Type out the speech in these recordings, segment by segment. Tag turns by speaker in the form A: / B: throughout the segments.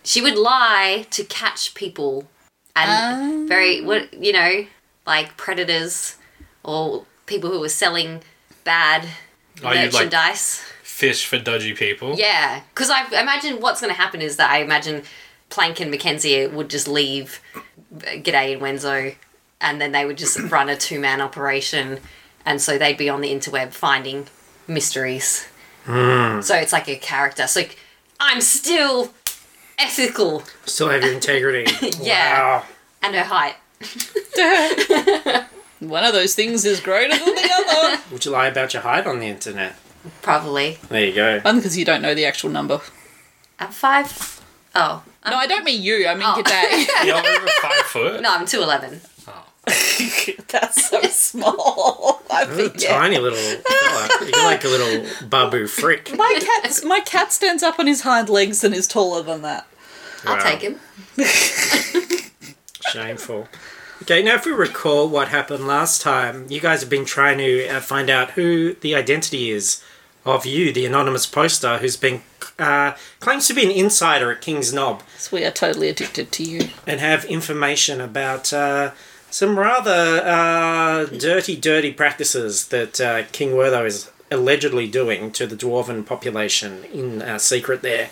A: she would lie to catch people and very what you know like predators or people who were selling bad
B: Oh, you'd like
A: merchandise.
B: fish for dodgy people?
A: Yeah, because I imagine what's going to happen is that I imagine Plank and Mackenzie would just leave uh, G'day and Wenzo, and then they would just run a two man operation, and so they'd be on the interweb finding mysteries. So it's like a character. So like, I'm still ethical
C: Still have your integrity.
A: Yeah.
C: Wow.
A: and her height.
D: One of those things is greater than the other.
C: Would you lie about your height on the internet?
A: Probably.
C: There you go.
D: One, because you don't know the actual number.
A: I'm five. Oh. I'm,
D: No, I don't mean you. I mean your day.
B: You're over five foot?
A: no, I'm 2'11.
D: That's so small. I think, yeah.
C: Tiny little fella. You're like a little babu freak.
D: My cat, my cat stands up on his hind legs and is taller than that.
A: I'll
C: Wow.
A: take him.
C: Shameful. Okay, now if we recall what happened last time, you guys have been trying to uh, find out who the identity is of you, the anonymous poster who's been uh, claims to be an insider at King's Knob
D: So we are totally addicted to you.
C: and have information about uh, some rather uh, dirty, dirty practices that uh, King Wertho is allegedly doing to the dwarven population in uh, secret there.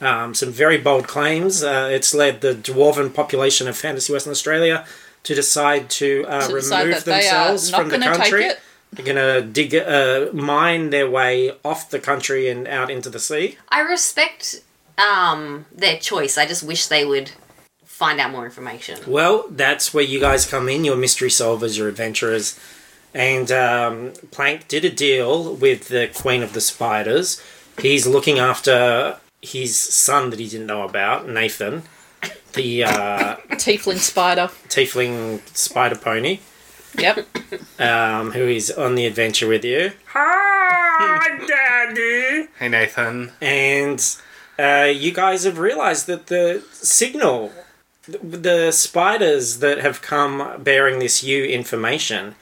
C: Um, some very bold claims. Uh, it's led the dwarven population of Fantasy Western Australia to decide to, uh,
D: To
C: remove
D: decide that they are
C: themselves
D: not
C: from the
D: gonna take
C: country.
D: it?
C: They're going to dig, uh, mine their way off the country and out into the sea.
A: I respect um, their choice. I just wish they would find out more information.
C: Well, that's where you guys come in, your mystery solvers, your adventurers. And um, Plank did a deal with the Queen of the Spiders. He's looking after his son that he didn't know about, Nathan, the uh,
D: Tiefling spider.
C: tiefling spider pony,
D: Yep.
C: um, who is on the adventure with you. Hi, Daddy.
B: Hey, Nathan.
C: and uh, you guys have realized that the signal, th- the spiders that have come bearing this U information,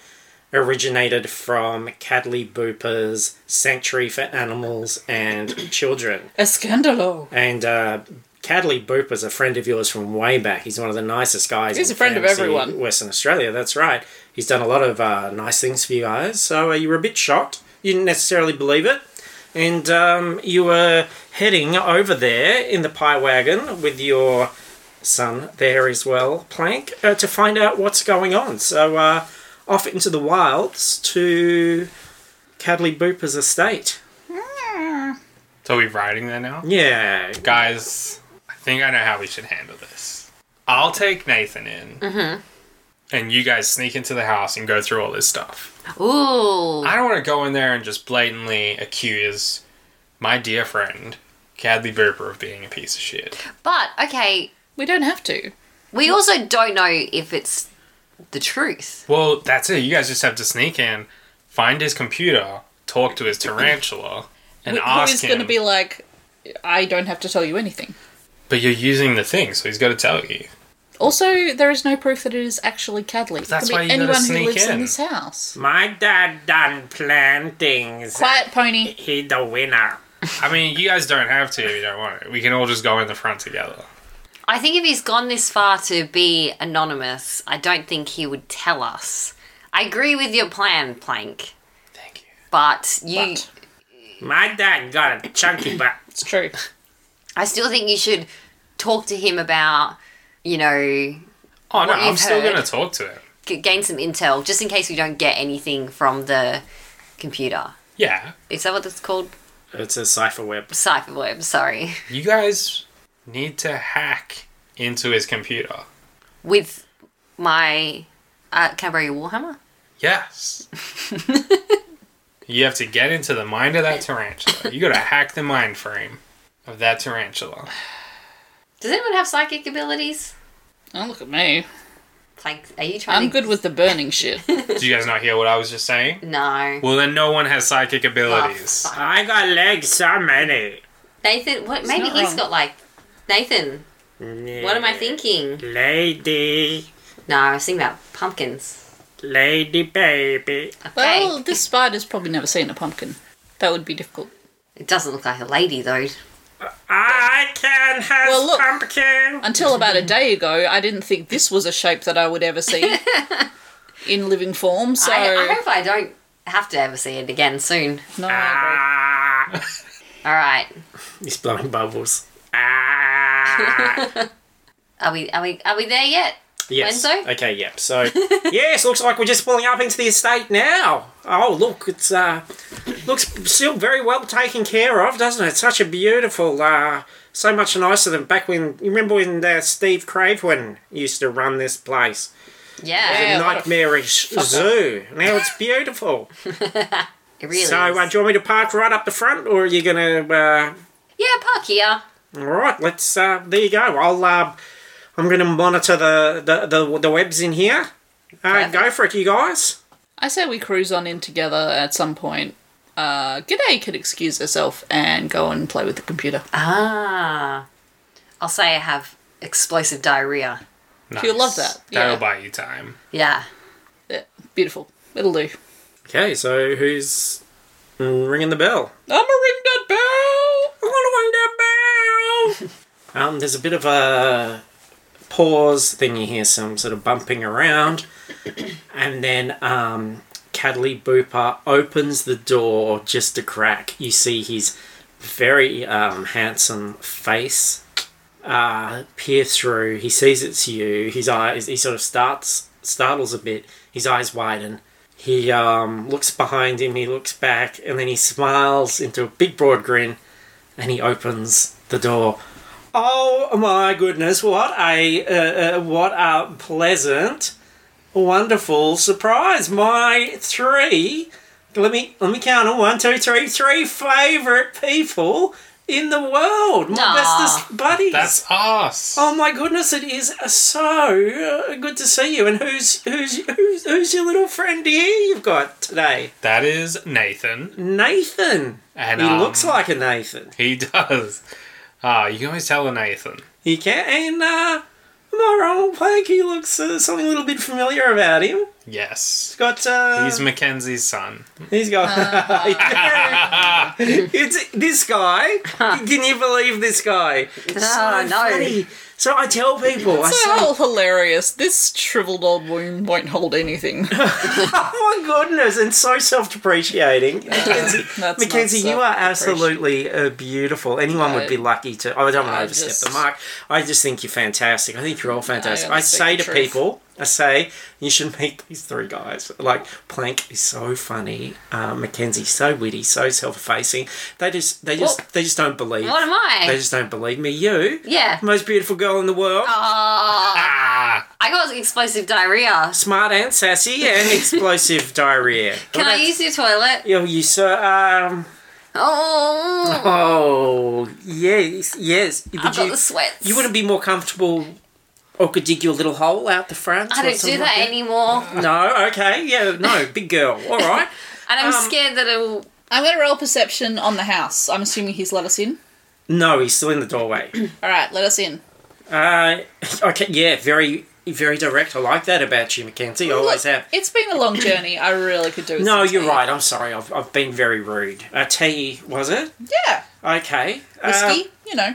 C: originated from Cadley Booper's Sanctuary for Animals and Children.
D: Escandalo.
C: And uh, Cadley Booper's a friend of yours from way back. He's one of the nicest guys.
D: He's
C: in
D: a friend of
C: fantasy
D: everyone.
C: Western Australia, that's right. He's done a lot of uh, nice things for you guys. So uh, you were a bit shocked. You didn't necessarily believe it. And um, you were heading over there in the pie wagon with your son there as well, Plank, uh, to find out what's going on. So uh, off into the wilds to Cadley Booper's estate.
B: So we riding there now?
C: Yeah.
B: Guys, I think I know how we should handle this. I'll take Nathan in.
D: Mm-hmm.
B: And you guys sneak into the house and go through all this stuff.
A: Ooh.
B: I don't want to go in there and just blatantly accuse my dear friend, Cadley Booper, of being a piece of shit.
A: But, okay,
D: We don't have to.
A: we also don't know if it's the truth.
B: Well, that's it. You guys just have to sneak in, find his computer, talk to his tarantula, and
D: Who-
B: ask
D: Who's
B: him.
D: going to be like, I don't have to tell you anything.
B: but you're using the thing, so he's got to tell you.
D: Also, there is no proof that it is actually Cadley. It
B: That's
D: could be
B: why you gotta
D: anyone who
B: sneak
D: lives in.
B: in.
D: this house.
C: My dad done plan things.
D: Quiet pony.
C: He the winner.
B: I mean, you guys don't have to if you don't want it. We can all just go in the front together.
A: I think if he's gone this far to be anonymous, I don't think he would tell us. I agree with your plan, Plank,
B: Thank you.
A: but you.
D: But.
C: My dad got a chunky butt.
D: It's true.
A: I still think you should talk to him about, you know,
B: Oh, no,
A: What
B: I'm
A: you've
B: still going to
A: heard.
B: talk to him.
A: g- gain some intel just in case we don't get anything from the computer.
B: Yeah.
A: Is that what it's called?
C: It's a cipher web.
A: Cipher web, sorry.
B: You guys need to hack into his computer.
A: With my. Uh, can I borrow your Warhammer?
B: Yes. you have to get into the mind of that tarantula. You gotta hack the mind frame of that tarantula.
A: Does anyone have psychic abilities?
D: Don't look at me.
A: Like, are you trying
D: I'm
A: to.
D: good with the burning shit.
B: Did you guys not hear what I was just saying?
A: No.
B: Well, then no one has psychic abilities.
A: Oh, fuck.
C: I got legs so many.
A: Nathan, what? Maybe
D: not
A: he's
D: wrong.
A: got like. Nathan, what am I thinking?
C: Lady,
A: No, I was thinking about pumpkins.
C: lady baby.
A: Okay.
D: Well, this spider's probably never seen a pumpkin. That would be difficult.
A: it doesn't look like a lady, though.
C: I can have
D: Well, look.
C: pumpkin.
D: Until about a day ago, I didn't think this was a shape that I would ever see in living form. So
A: I, I hope I don't have to ever see it again soon.
D: no, I agree.
C: Ah.
A: All right.
C: He's blowing bubbles. Ah.
A: Are we are we are we there yet?
C: yes.
A: Wenzo?
C: Okay. Yep. So yes, looks like we're just pulling up into the estate now. Oh look, it's uh, looks still very well taken care of, doesn't it? Such a beautiful uh. So much nicer than back when you remember when uh, Steve Craven used to run this place.
A: Yeah.
D: Yeah. what a
C: nightmarish zoo. Now it's beautiful.
A: It really.
C: so,
A: is.
C: uh, do you want me to park right up the front, or are you going to? Uh...
A: yeah, park here.
C: All right, let's. Uh, there you go. I'll. Uh, I'm going to monitor the, the the the webs in here. Uh, go for it, you guys.
D: I say we cruise on in together at some point. Uh, G'day could excuse herself and go and play with the computer.
A: Ah. I'll say I have explosive diarrhea.
B: Nice.
D: You'll love that.
B: That'll
D: Yeah.
B: buy you time.
A: Yeah.
D: Yeah, beautiful. It'll do.
C: Okay, so who's ringing the bell?
D: I'm a ring that bell.
C: I want to ring that bell. um, there's a bit of a pause. Then you hear some sort of bumping around, and then um, Cadley Booper opens the door just a crack. You see his very um, handsome face uh, peer through. He sees it's you. His eyes. He sort of starts startles a bit. His eyes widen. He um, looks behind him, he looks back, and then he smiles into a big broad grin and he opens the door. Oh my goodness! What a uh, uh, what a pleasant, wonderful surprise! My three, let me let me count them: one, two, three, three favorite people in the world. My
A: Aw.
C: bestest buddies.
B: That's us.
C: Oh my goodness! It is so uh, good to see you. And who's who's who's who's your little friend here you've got today?
B: That is Nathan.
C: Nathan.
B: And,
C: he
B: um,
C: looks like a Nathan.
B: He does. Ah, you can always tell a Nathan.
C: He can. And uh, am I wrong, Plank? He looks uh, something a little bit familiar about him.
B: Yes.
C: He's got. Uh,
B: He's Mackenzie's son.
C: He's got.
A: Oh,
C: it's this guy. Can you believe this guy?
A: Oh, no.
C: funny. So I tell people. I
D: So
C: say,
D: all hilarious. This shriveled old wound won't hold anything.
C: Oh my goodness, and so self depreciating.
D: That's
C: Mackenzie,
D: not
C: you are
D: self-depreciating.
C: absolutely uh, beautiful. Anyone would
D: No.
C: be lucky to. I don't want to
D: I
C: overstep
D: just-
C: the mark. I just think you're fantastic. I think you're all fantastic.
D: only
C: I
D: speak
C: say
D: the
C: to
D: truth.
C: people, I say, you should meet these three guys. Like, Plank is so funny. Uh, Mackenzie's so witty, so self effacing. They just, they just,
A: Well,
C: they just don't believe.
A: What am I?
C: They just don't believe me. You,
A: yeah.
C: most beautiful girl in the world,
A: Oh,
B: Ah!
A: I got explosive diarrhea.
C: smart and sassy and explosive diarrhea.
A: Can I use your toilet?
C: Yeah, you so um
A: Oh,
C: Oh yes, yes. Would
A: I've got
C: you,
A: the sweats.
C: you wouldn't be more comfortable, or could dig your little hole out the front?
A: I
C: or
A: don't do
C: something
A: that
C: like
A: anymore,
C: No, okay, yeah, no, big girl. All right,
A: and I'm
C: Um,
A: scared that it'll.
D: I'm going to roll perception on the house. I'm assuming he's let us in.
C: no, he's still in the doorway.
D: All right, let us in.
C: Uh, okay, yeah, very, very direct. I like that about you, Mackenzie. I always
D: Look,
C: have.
D: It's been a long journey. I really could do. With
C: No,
D: some
C: you're
D: tea.
C: right. I'm sorry. I've, I've been very rude. Uh, tea was it?
D: Yeah,
C: Okay.
D: whiskey. you know,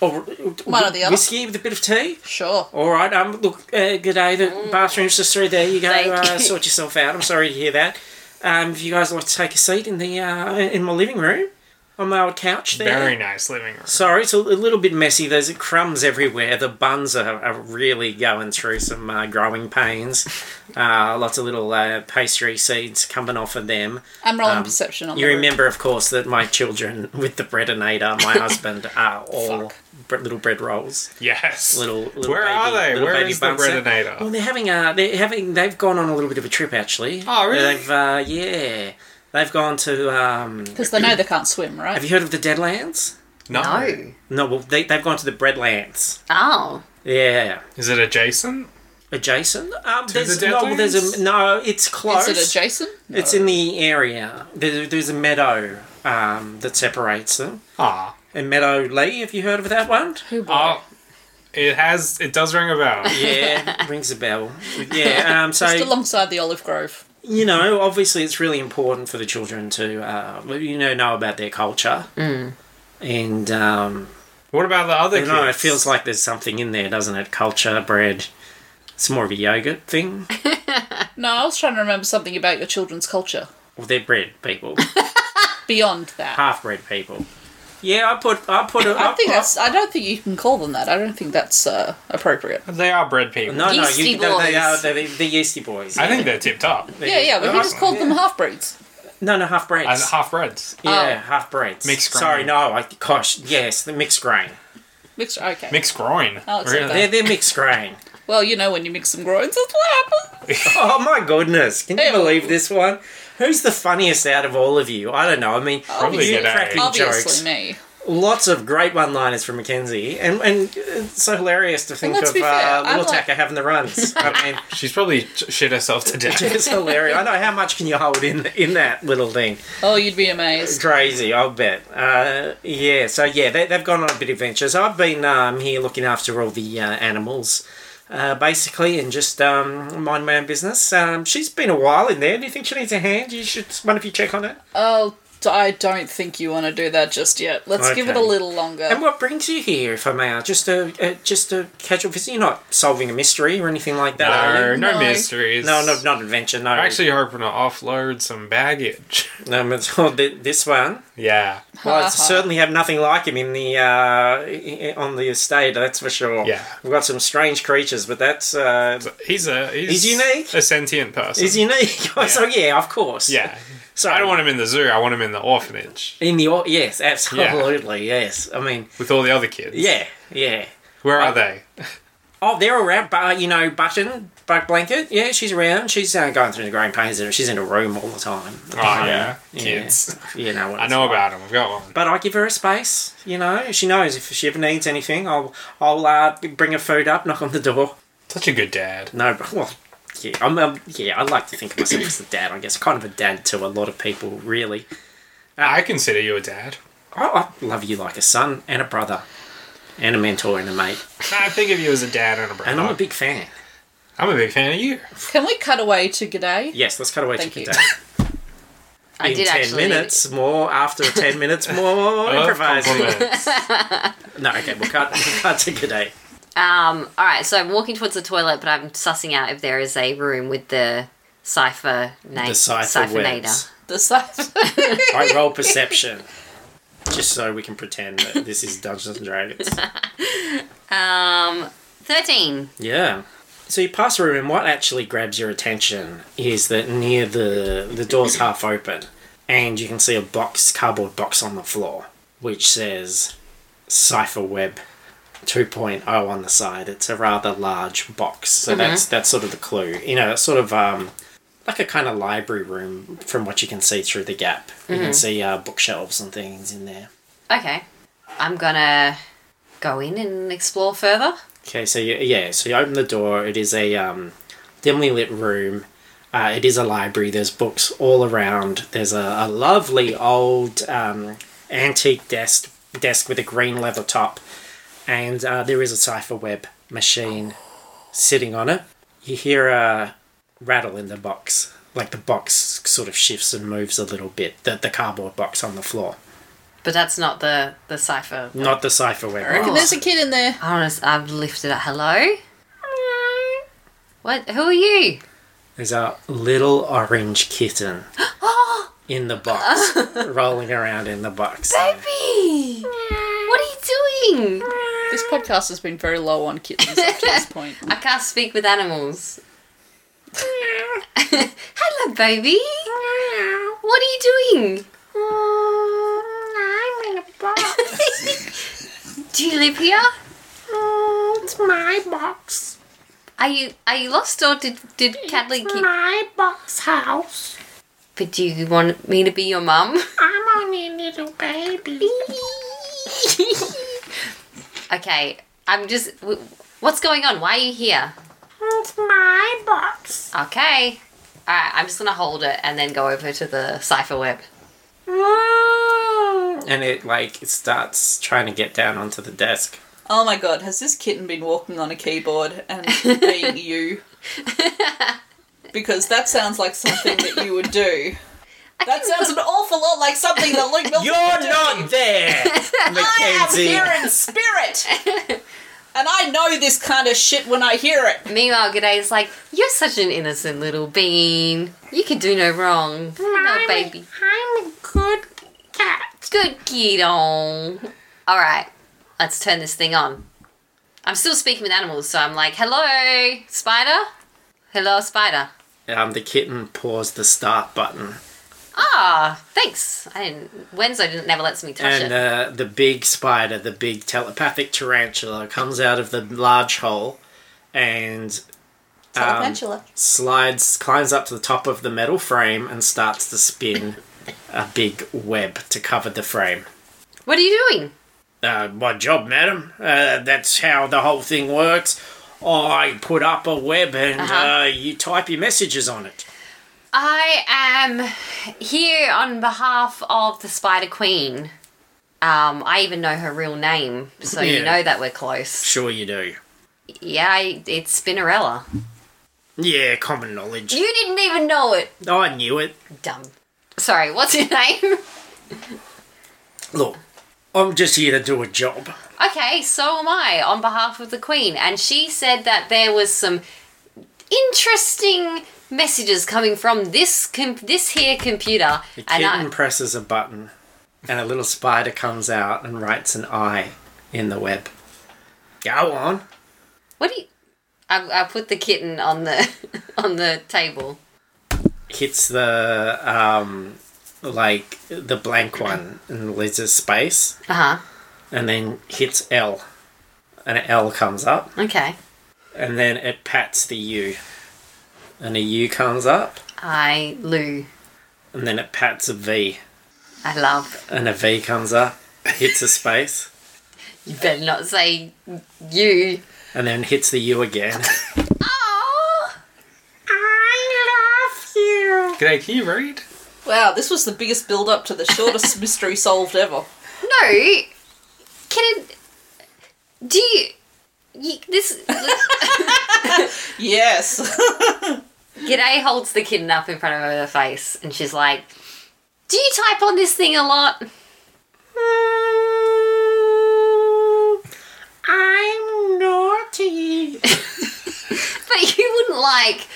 C: Uh, or,
D: One or the other.
C: Whiskey with a bit of tea.
D: sure.
C: All right. Um. Look. Uh, good day. The bathroom's just through there. You go.
A: Mm. Thank
C: Uh,
A: you.
C: sort yourself out. I'm sorry to hear that. Um. If you guys like to take a seat in the uh, in my living room, on my old couch there.
B: Very nice living room.
C: Sorry, it's a, a little bit messy. There's crumbs everywhere. The buns are, are really going through some uh, growing pains. Uh, lots of little uh, pastry seeds coming off of them.
D: I'm rolling
C: Um,
D: perception on.
C: You
A: Oh.
D: the
C: remember, of course, that my children with the breadinator, my husband, are all bre- little bread rolls.
B: Yes.
C: Little- little
B: Where are
C: baby-
B: they?
C: little
B: Where
C: baby
B: is the
C: bun set.
B: Redinator?
C: Well, they're having a they're having they've gone on a little bit of a trip actually.
B: Oh, really?
C: They've uh, yeah, they've gone to. Um,
D: because they know they can't swim,
C: have
D: right?
C: you heard of the Deadlands?
B: no.
A: No.
C: No, well they they've gone to the Breadlands.
A: Oh.
C: Yeah,
B: Is it adjacent?
C: adjacent. Um, there's,
B: the
C: no, well, there's a
B: Deadlands?
C: no. It's close.
D: Is it adjacent? No.
C: It's in the area. There, there's a meadow um, that separates them.
B: Ah.
C: And Meadow Lee, have you heard of that one?
D: Who bought
B: Oh. It has. It does ring a bell.
C: Yeah, rings a bell. Yeah, um, so
D: it? Just alongside the olive grove.
C: you know, obviously, it's really important for the children to, uh, well, you know, know about their culture.
D: Mm.
C: And um,
B: What about the other
C: I
B: kids?
C: don't know, it feels like there's something in there, doesn't it? Culture, bread. It's more of a yogurt thing.
D: No, I was trying to remember something about your children's culture
C: well, they're bread people,
D: beyond that.
C: half bread people. Yeah, I put, I put, a,
D: I think
C: I,
D: that's. I don't think you can call them that. I don't think that's uh, appropriate.
B: They are bread people.
C: No, no,
A: Yeasty
C: you, they, they are
A: boys.
C: they're, the- the yeasty boys.
B: I think they're tip top.
D: Yeah, yeah. We can just call them half breeds.
C: No, no, half breads.
B: And half breads.
D: Oh.
C: yeah, half breads.
B: Mixed grain.
C: Sorry, no, I, gosh, yes, the mixed grain.
D: Mixed. Okay.
B: Mixed groin.
D: I'll accept that.
C: They're, they're mixed grain.
D: Well, you know when you mix some groins, that's what happens.
C: Oh my goodness! Can you
D: Ew.
C: believe this one? Who's the funniest out of all of you? I don't know. I mean,
B: Probably
C: you
B: G'day.
C: cracking
D: Obviously,
C: jokes.
D: me.
C: Lots of great one-liners from Mackenzie, and and it's so hilarious to think
D: let's
C: of
D: be fair,
C: uh,
D: I'm
C: Little
D: like-
C: Tacker having the runs. I mean,
B: She's probably ch- shit herself to death.
C: it's hilarious. I know how much can you hold in in that little thing.
D: Oh, you'd be amazed.
C: Crazy, I'll bet. Uh, yeah, so yeah, they, they've gone on a bit of adventures. I've been um, here looking after all the uh, animals, uh, basically, and just um, mind my own business. Um, she's been a while in there. Do you think she needs a hand? You should one of you check on her.
D: Oh, d- I don't think you want to do that just yet. Let's give it a
C: Okay.
D: little longer.
C: And what brings you here, if I may? ask? Just a, a just a casual visit. You're not solving a mystery or anything like that. are
B: No,
C: you?
B: no,
D: No.
B: mysteries.
C: No, no, not adventure. No,
B: I'm actually hoping to offload some baggage.
C: no, but- oh, th- this one.
B: yeah.
C: Well, I certainly have nothing like him in the uh, i- i- on the estate. That's for sure.
B: Yeah.
C: we've got some strange creatures, but that's uh,
B: He's a he's,
C: He's unique.
B: A sentient person.
C: is unique. so yeah, of course.
B: yeah.
C: So
B: I don't want him in the zoo. I want him in the orphanage
C: in the or- yes, absolutely yes. I mean
B: with all the other kids.
C: yeah, yeah.
B: Where are they?
C: Oh, they're around, but you know, Button, Buck Blanket. Yeah, she's around. She's uh, going through the growing pains. and She's in a room all the time.
B: Oh, yeah. Kids.
C: You know what
B: I
C: it's
B: know
C: like.
B: about him. I've got one.
C: But I give her a space. You know, she knows if she ever needs anything, I'll I'll uh, bring her food up, knock on the door.
B: Such a good dad.
C: No, but well, yeah, I'm, um, yeah, I like to think of myself as a dad. I guess kind of a dad to a lot of people, really. Uh,
B: I consider you a dad.
C: I, I love you like a son and a brother, and a mentor and a mate,
B: I think of you as a dad and a brother.
C: and I'm a big fan.
B: I'm a big fan of you.
D: Can we cut away to G'day?
C: Yes, let's cut away
D: Thank
C: to
D: you.
C: your dad.
A: I
C: in
A: did
C: ten
A: actually. Oh,
C: minutes more after ten minutes more
B: Love
C: improvising.
B: compliments.
C: No, okay, we'll cut we'll cut to good day.
A: Um, all right, so I'm walking towards the toilet, but I'm sussing out if there is a room with the cipher name.
C: The cipher words.
D: The size.
C: I roll perception. Just so we can pretend that this is Dungeons and Dragons.
A: Um, thirteen.
C: Yeah. So you pass through, and what actually grabs your attention is that near the the door's half open, and you can see a box, cardboard box on the floor, which says Cipher Web 2.0 on the side. It's a rather large box, so that's that's sort of the clue. You know, it's sort of um, like a kind of library room from what you can see through the gap. You can see uh, bookshelves and things in there.
A: Okay, I'm gonna go in and explore further.
C: Okay, so you, yeah, so you open the door. It is a um, dimly lit room. Uh, it is a library. There's books all around. There's a, a lovely old um, antique desk desk with a green leather top, and uh, there is a cipher web machine sitting on it. You hear a rattle in the box, like the box sort of shifts and moves a little bit. The the cardboard box on the floor,
A: But that's not the the cipher.
C: not the cipher web.
D: Reckon there's a kid in there.
A: I want to. I've lifted up. Hello. What? Who are you?
C: There's a little orange kitten in the box,
D: Oh.
C: rolling around in the box.
A: Baby. What are you doing?
D: This podcast has been very low on kittens up to this point.
A: I can't speak with animals. Hello, baby. What are you doing? I'm in a box. Do you live here?
C: Oh, It's my box.
A: Are you are you lost or did did Cadley keep?
C: My box house.
A: But do you want me to be your mum?
C: I'm only a little baby.
A: okay, I'm just. w- What's going on? Why are you here?
C: It's my box.
A: Okay. All right, I'm just gonna hold it and then go over to the cipher web.
C: And it like it starts trying to get down onto the desk.
D: Oh my god, has this kitten been walking on a keyboard and being you? Because that sounds like something that you would do. That sounds an awful lot like something that Luke Milton
C: You're
D: would do.
C: not there,
D: I am
C: Mackenzie.
D: here in spirit! and I know this kind of shit when I hear it.
A: Meanwhile, G'day's like, You're such an innocent little bean. You can do no wrong. No, baby.
C: I'm a good cat.
A: Good kiddo. Alright, let's turn this thing on. I'm still speaking with animals, so I'm like, Hello, spider? Hello, spider.
C: Um, the kitten paws the start button.
A: Ah, thanks. I didn't. Wenzo didn't, never lets me touch
C: and
A: it.
C: uh, the big spider, the big telepathic tarantula, comes out of the large hole and um,
D: Tarantula.
C: slides, climbs up to the top of the metal frame and starts to spin a big web to cover the frame.
A: What are you doing?
C: Uh, my job, madam. Uh, that's how the whole thing works. I put up a web and uh
A: Uh-huh.
C: you type your messages on it.
A: I am here on behalf of the Spider Queen. Um, I even know her real name, so
C: Yeah.
A: you know that we're close.
C: Sure, you do.
A: Yeah, I, it's Spinnerella.
C: Yeah, common knowledge.
A: You didn't even know it.
C: I knew it.
A: Dumb. Sorry, what's your name?
C: Look, I'm just here to do a job.
A: okay, so am I on behalf of the Queen, and she said that there was some interesting messages coming from this com- this here computer,
C: The
A: and
C: kitten
A: I,
C: presses a button, and a little spider comes out and writes an I in the web. Go on.
A: what do you? I, I put the kitten on the on the table.
C: Hits the um, like the blank one and leaves a space,
A: Uh huh.
C: and then hits L, and an L comes up,
A: Okay.
C: and then it pats the U, and a U comes up,
A: I Lou.
C: and then it pats a V,
A: I love.
C: and a V comes up, hits a space,
A: You better not say you.
C: and then hits the U again.
A: Oh,
B: G'day, can you read?
D: Wow, this was the biggest build up to the shortest mystery solved ever.
A: no. Can it? Do you? you this
D: Yes.
A: G'day holds the kitten up in front of her face, and she's like, "Do you type on this thing a lot?"
C: Mm. I'm naughty.
A: But you wouldn't like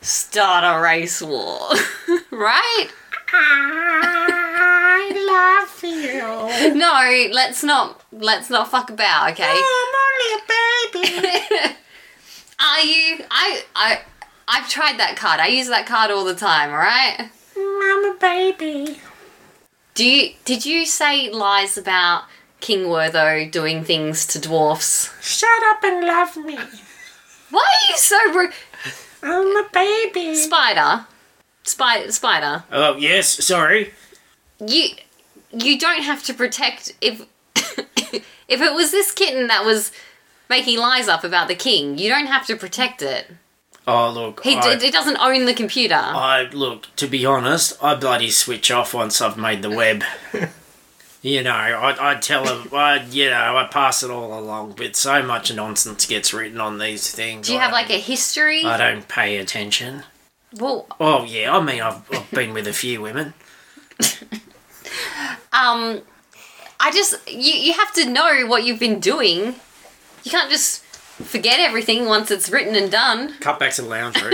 A: start a race war, right?
C: I love you.
A: No, let's not. Let's not fuck about, okay?
C: I'm only a baby.
A: Are you? I I I've tried that card. I use that card all the time. All right.
C: I'm a baby.
A: Do you? Did you say lies about King Wertho doing things to dwarfs?
C: Shut up and love me.
A: Why are you so rude,
C: I'm a baby.
A: Spider? Spider, Spider.
C: Oh, yes, sorry.
A: You you don't have to protect if if it was this kitten that was making lies up about the king. You don't have to protect it.
C: Oh, look.
A: He d-
C: I,
A: it doesn't own the computer.
C: I- look, to be honest, I bloody switch off once I've made the web. you know, I, I tell him, I, you know, I pass it all along, but so much nonsense gets written on these things.
A: Do you
C: I
A: have like a
C: don't-
A: history?
C: I don't pay attention.
A: Well,
C: Oh, yeah, I mean, I've, I've been with a few women.
A: um i just you you have to know what you've been doing you can't just forget everything once it's written and done
C: Cut back to the lounge room.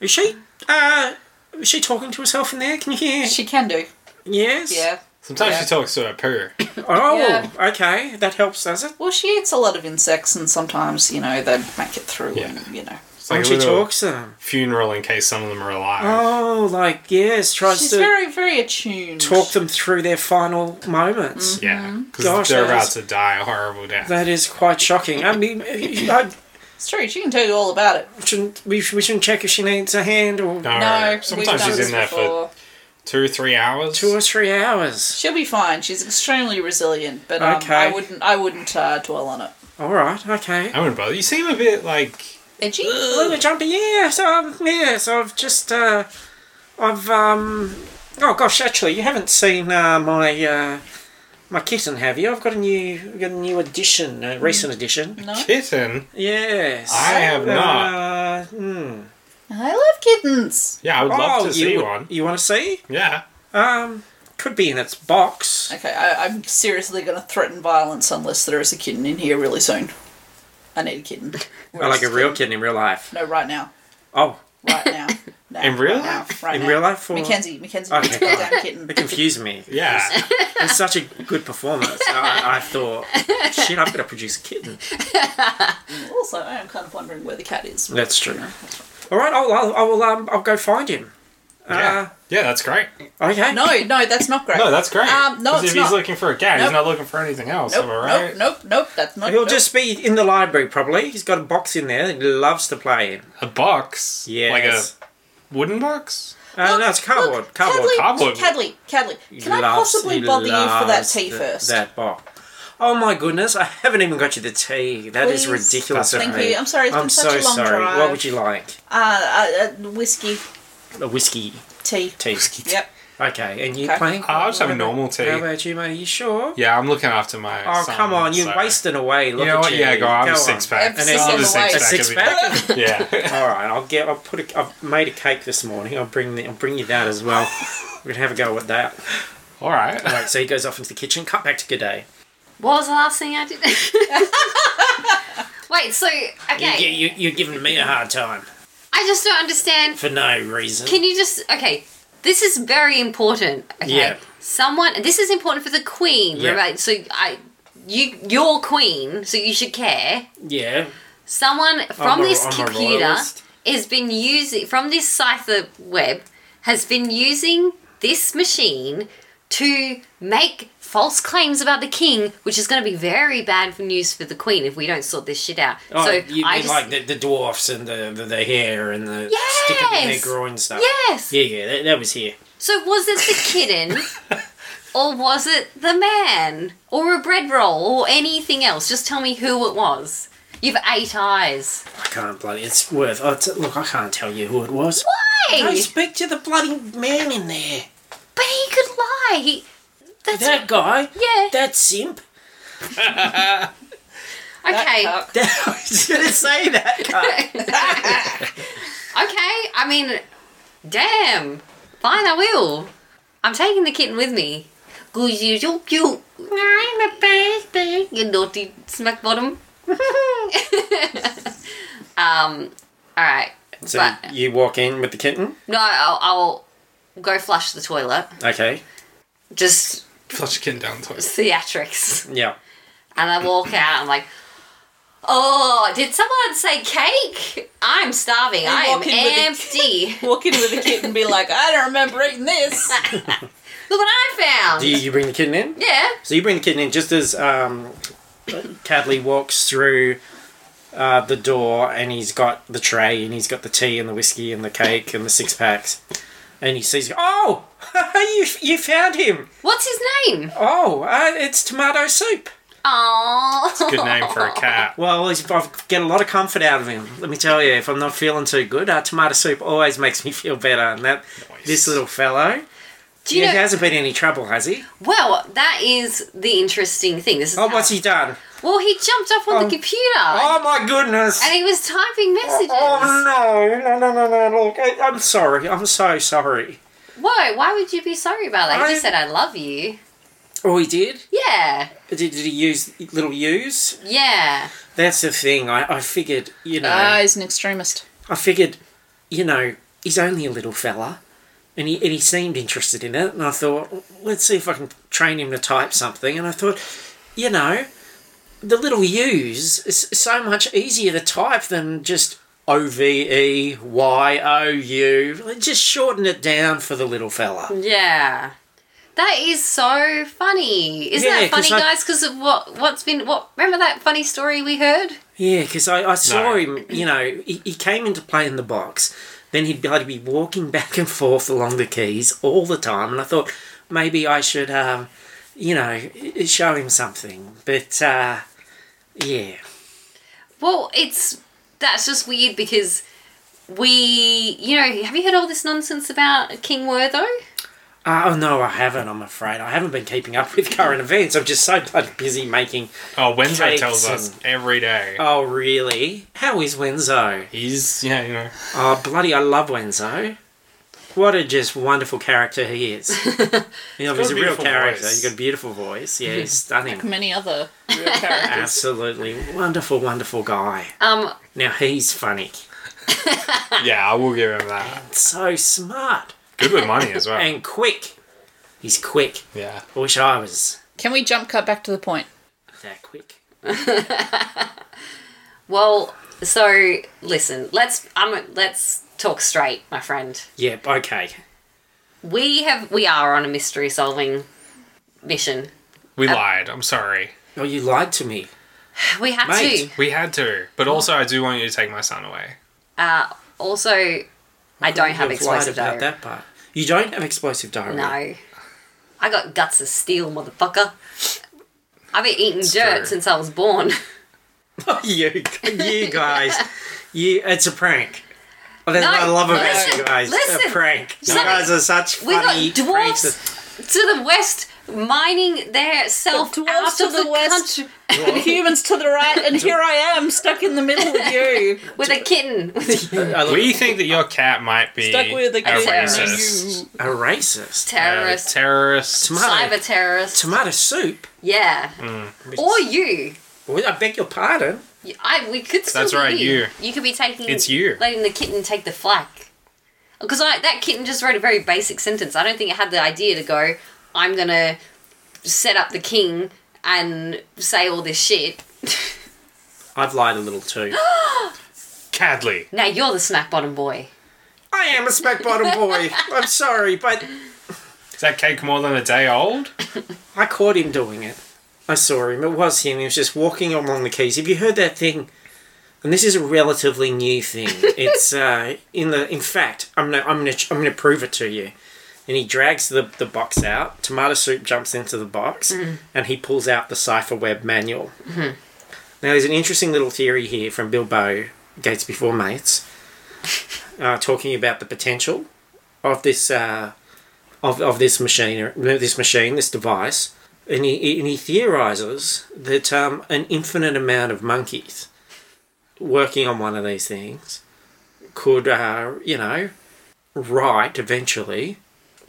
C: is she, uh, is she talking to herself in there? Can you hear?
D: she can do.
C: Yes?
D: Yeah.
B: Sometimes
D: Yeah.
B: she talks to her poo.
C: Oh,
D: Yeah.
C: okay. That helps, does it?
D: Well, she eats a lot of insects, and sometimes, you know, they make it through,
B: Yeah.
D: and, you know.
B: It's
C: When
B: like
C: she
B: a little
C: talks to them.
B: funeral in case some of them are alive.
C: Oh, like, yes, tries
D: She's
C: to
D: very, very attuned.
C: talk them through their final moments.
D: Mm.
B: Yeah, because
C: mm-hmm. Gosh,
B: they're
C: that
B: about
C: is-
B: to die a horrible death.
C: That is quite shocking. I mean, I
D: It's true, she can tell you all about it.
C: shouldn't, we, sh- we shouldn't check if she needs a hand or
B: No,
D: No, we've
B: sometimes
D: done
B: she's
D: this
B: in there
D: before.
B: for two, three hours.
C: two or three hours.
D: She'll be fine. She's extremely resilient, but um,
C: Okay.
D: I wouldn't. I wouldn't uh, dwell on it.
C: All right, okay.
B: I wouldn't bother. You seem a bit like
D: Edgy.
C: A little bit jumpy, yeah. So, um, yeah, so I've just, uh, I've, um, oh gosh, actually, you haven't seen uh, my uh, my kitten, have you? I've got a new, I've got a new edition,
D: Mm.
C: a recent edition.
D: No,
B: kitten.
C: Yes.
B: I have not.
C: Uh, hmm.
D: I love kittens.
B: Yeah, I would love
C: Oh,
B: to see
C: you,
B: one.
C: You want to see?
B: Yeah.
C: Um, could be in its box.
D: Okay, I, I'm seriously going to threaten violence unless there is a kitten in here really soon. I need a kitten.
C: Oh, like a real kitten in real life.
D: No, right now.
C: Oh,
D: Right now. Now,
B: In real
D: right now,
B: life?
D: Right
C: in
D: now.
C: real life? Or...
D: Mackenzie, Mackenzie,
C: Okay,
D: needs to put
C: fine.
D: down kitten.
C: It confused me.
B: Yeah.
C: It's such a good performance. I, I thought, shit, I've got to produce a kitten.
D: Also, I am kind of wondering where the cat is.
C: That's true. All right, I'll, I'll, I'll, um, I'll go find him.
D: Uh-huh.
B: yeah. Yeah, that's great.
C: Uh, okay.
D: No, no, that's not great.
B: No, that's great.
D: Um, no,
B: 'Cause
D: it's
B: if he's
D: not.
B: looking for a cat, he's
D: Nope.
B: not looking for anything else.
D: nope,
B: am I right?
D: nope, nope, nope, that's not.
C: He'll
D: nope.
C: just be in the library, probably. He's got a box in there. He loves to play in.
B: A box. Like a
C: Yes.
B: wooden box.
C: Like uh, no, it's cardboard.
D: Look,
C: cardboard.
D: Cadley,
B: cardboard.
D: Cadley, Cadley,
C: He
D: can I
C: loves-
D: possibly
C: he
D: bother you for that
C: loves
D: tea
C: th-
D: first?
C: That box. Oh my goodness! I haven't even got you the tea. That is
D: Please.
C: ridiculous of
D: Thank
C: me.
D: you. I'm sorry, it's
C: I'm
D: been
C: so
D: such a long
C: sorry.
D: drive.
C: What would you like?
D: Uh, uh, uh, whiskey
C: A whiskey
D: tea.
C: tea.
D: Yep.
C: Okay, and you
D: Okay.
C: playing?
B: I'll just have a normal tea.
C: How about you, mate? Are you sure?
B: Yeah, I'm looking after my.
C: Oh
B: son,
C: come on! You're
B: so-
C: wasting away. Look
B: You know
C: at
B: what?
C: you.
B: Yeah, go. I'm a six pack.
D: Every And single
B: I'm a
D: way.
B: six
C: A
B: pack.
C: six
B: of it.
C: pack.
B: Yeah.
C: All right, I'll get. I'll put. A, I've made a cake this morning. I'll bring. The, I'll bring you that as well. We're gonna have a go at that.
B: All right.
C: All right, so he goes off into the kitchen. Cut back to G'day.
A: what was the last thing i did wait so
C: You,
A: okay
C: you, you- you're giving me a hard time
A: i just don't understand
C: for no reason.
A: can you just okay this is very important okay
C: Yeah.
A: someone this is important for the queen
C: Yeah.
A: right so i you you're queen so you should care
C: yeah.
A: someone from
C: a-
A: this
C: I'm a
A: computer
C: royalist.
A: has been using from this cipher web has been using this machine to make false claims about the king, which is going to be very bad for news for the queen if we don't sort this shit out.
C: Oh,
A: so
C: you
A: I
C: mean
A: just,
C: like the, the dwarfs and the, the, the hair and the sticking in their
A: Yes!
C: groin stuff?
A: Yes!
C: Yeah, yeah, that, that was here.
A: So was it the kitten, or was it the man, or a bread roll, or anything else? Just tell me who it was. You've eight eyes.
C: I can't bloody. It's worth. Oh, it's, look, I can't tell you who it was.
A: Why?
C: I speak to the bloody man in there.
A: But he could lie. He, that's
C: That guy.
A: yeah.
C: That simp.
A: okay.
C: That, I was gonna say that. guy.
A: Okay, I mean, damn. Fine, I will. I'm taking the kitten with me. Cause you're so cute. I'm a baby. You naughty smack bottom. um, alright.
C: So
A: but
C: you walk in with the kitten.
A: no, I'll, I'll go flush the toilet.
C: Okay.
A: Just
B: Flush the kitten down the toilet.
A: theatrics.
C: Yeah.
A: And I walk out, I'm like, oh, did someone say cake? I'm starving. I am
D: walk in with the-
A: empty.
D: Walk in with a kitten and be like, I don't remember eating this.
A: Look what I found.
C: Do you, you bring the kitten in?
A: yeah.
C: So you bring the kitten in just as um, Cadley walks through uh, the door, and he's got the tray, and he's got the tea, and the whiskey, and the cake, and the six packs, and he sees. Oh, you you found him.
A: What's his name?
C: Oh, uh, it's tomato soup.
A: Aww.
B: Good name for a cat.
C: Well, he's- I get a lot of comfort out of him. Let me tell you, if I'm not feeling too good, uh, tomato soup always makes me feel better. And that
B: Nice.
C: this little fellow,
A: Do you
C: yeah,
A: know?
C: he hasn't been any trouble, has he?
A: well, that is the interesting thing. This is
C: Oh,
A: how-
C: what's he done?
A: Well, he jumped up on
C: Um,
A: the computer
C: Oh my goodness!
A: and he was typing messages.
C: Oh no, no, no, no, no! Look, I, I'm sorry. I'm so sorry.
A: Whoa! Why would you be sorry about that? He just
C: I-
A: said, "I love you."
C: Oh, he did.
A: Yeah,
C: Did, did he use little U's?
A: yeah.
C: That's the thing. I, I figured, you know,
A: Oh,
D: Ah, he's an extremist.
C: I figured, you know, he's only a little fella. And he, and he seemed interested in it. And I thought, let's see if I can train him to type something. And I thought, you know, the little U's is so much easier to type than just O V E Y O U. Just shorten it down for the little fella.
A: Yeah. That is so funny. Isn't
C: Yeah,
A: that funny,
C: 'cause I-
A: guys? Because of what what's been what remember that funny story we heard?
C: Yeah, because I, I saw
B: No.
C: him, you know, he, he came into play in the box. Then he'd be, like, be walking back and forth along the keys all the time. And I thought maybe I should, um, you know, i- show him something. But, uh, yeah.
A: Well, it's that's just weird because we, you know, have you heard all this nonsense about King Wertho?
C: Uh, oh, no, I haven't, I'm afraid. I haven't been keeping up with current events. I'm just so bloody busy making.
B: Oh, Windsor
C: Cakes
B: tells us
C: and-
B: every day.
C: Oh, really? How is Wenzo?
B: He's, yeah, you know.
C: Oh, bloody, I love Wenzo. What a just wonderful character he is. you know,
B: He's got
C: he's
B: a
C: a real
B: beautiful
C: character.
B: voice.
C: He's got a beautiful voice. Yeah, he's stunning.
D: Many other real characters.
C: Absolutely wonderful, wonderful guy.
A: Um,
C: Now he's funny.
B: Yeah, I will give him that.
C: So smart
B: Good with money as well.
C: and quick. He's quick.
B: yeah.
C: I wish I was
D: Can we jump cut back to the point?
C: that quick.
A: well, so listen, let's I'm let's talk straight, my friend.
C: Yep. Okay.
A: We have we are on a mystery solving mission.
B: We
D: Uh,
B: lied. I'm sorry.
C: Oh, you lied to me.
A: We had
C: Mate.
A: to.
B: We had to. But also, I do want you to take my son away.
A: Uh, also, I don't have
C: You've
A: explosive
C: lied about
A: diarrhea.
C: that part. You don't have explosive diarrhea.
A: No. I got guts of steel, motherfucker. I've been eating dirt
B: true.
A: since I was born.
C: you, you guys, you. It's a prank. Oh, that's
A: No,
C: what I love about
A: listen,
C: you guys.
A: listen.
C: a prank. You
A: Sorry.
C: guys are such
A: We got
C: funny pranksters.
A: dwarfs to the west mining their self
D: The dwarves
A: out
D: to
A: of the,
D: the west.
A: country
D: and humans to the right, and here I am, stuck in the middle with you.
A: with a kitten.
C: I love-
B: We think that your cat might be
D: Stuck with a
B: a
D: kitten and
B: racist.
D: you.
C: a racist.
A: terrorist.
B: A terrorist.
C: Tomato,
A: cyber terrorist.
C: tomato soup.
A: yeah. Or you.
C: Well, I beg your pardon.
A: You- I, we could still
B: That's
A: be
B: right,
A: you.
B: you.
A: could be taking.
B: It's you.
A: Letting the kitten take the flak. Because that kitten just wrote a very basic sentence. I don't think it had the idea to go. I'm gonna set up the king and say all this shit.
C: I've lied a little too.
B: Cadley.
A: now you're the smack bottom boy.
C: I am a smack bottom boy. I'm sorry, but
B: that cake more than a day old?
C: I caught him doing it. I saw him. It was him. He was just walking along the keys. Have you heard that thing? And this is a relatively new thing. it's uh, in the. In fact, I'm gonna. I'm gonna. I'm gonna prove it to you. And he drags the, the box out. Tomato soup jumps into the box, and he pulls out the cipher web manual. Now, there's an interesting little theory here from Bilbo Gates Before Mates, uh, talking about the potential of this uh, of, of this machine, this machine, this device, and he and he theorizes that um, an infinite amount of monkeys working on one of these things could, uh, you know, write eventually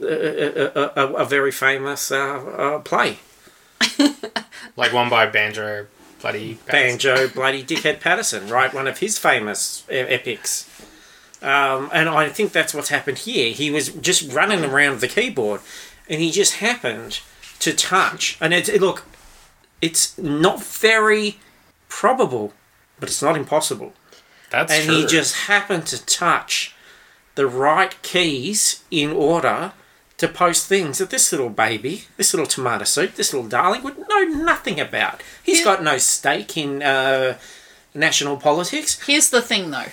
C: a, a, a, a very famous uh, uh, play.
B: Like one by Banjo, bloody Bands.
C: Banjo bloody dickhead Patterson, right? One of his famous e- epics. Um, and I think that's what's happened here. He was just running around the keyboard, and he just happened to touch. And it's it, look, it's not very probable, but it's not impossible.
B: That's
C: And
B: true.
C: he just happened to touch the right keys in order to post things that this little baby, this little tomato soup, this little darling would know nothing about. He's got no stake in uh, national politics.
D: Here's the thing, though.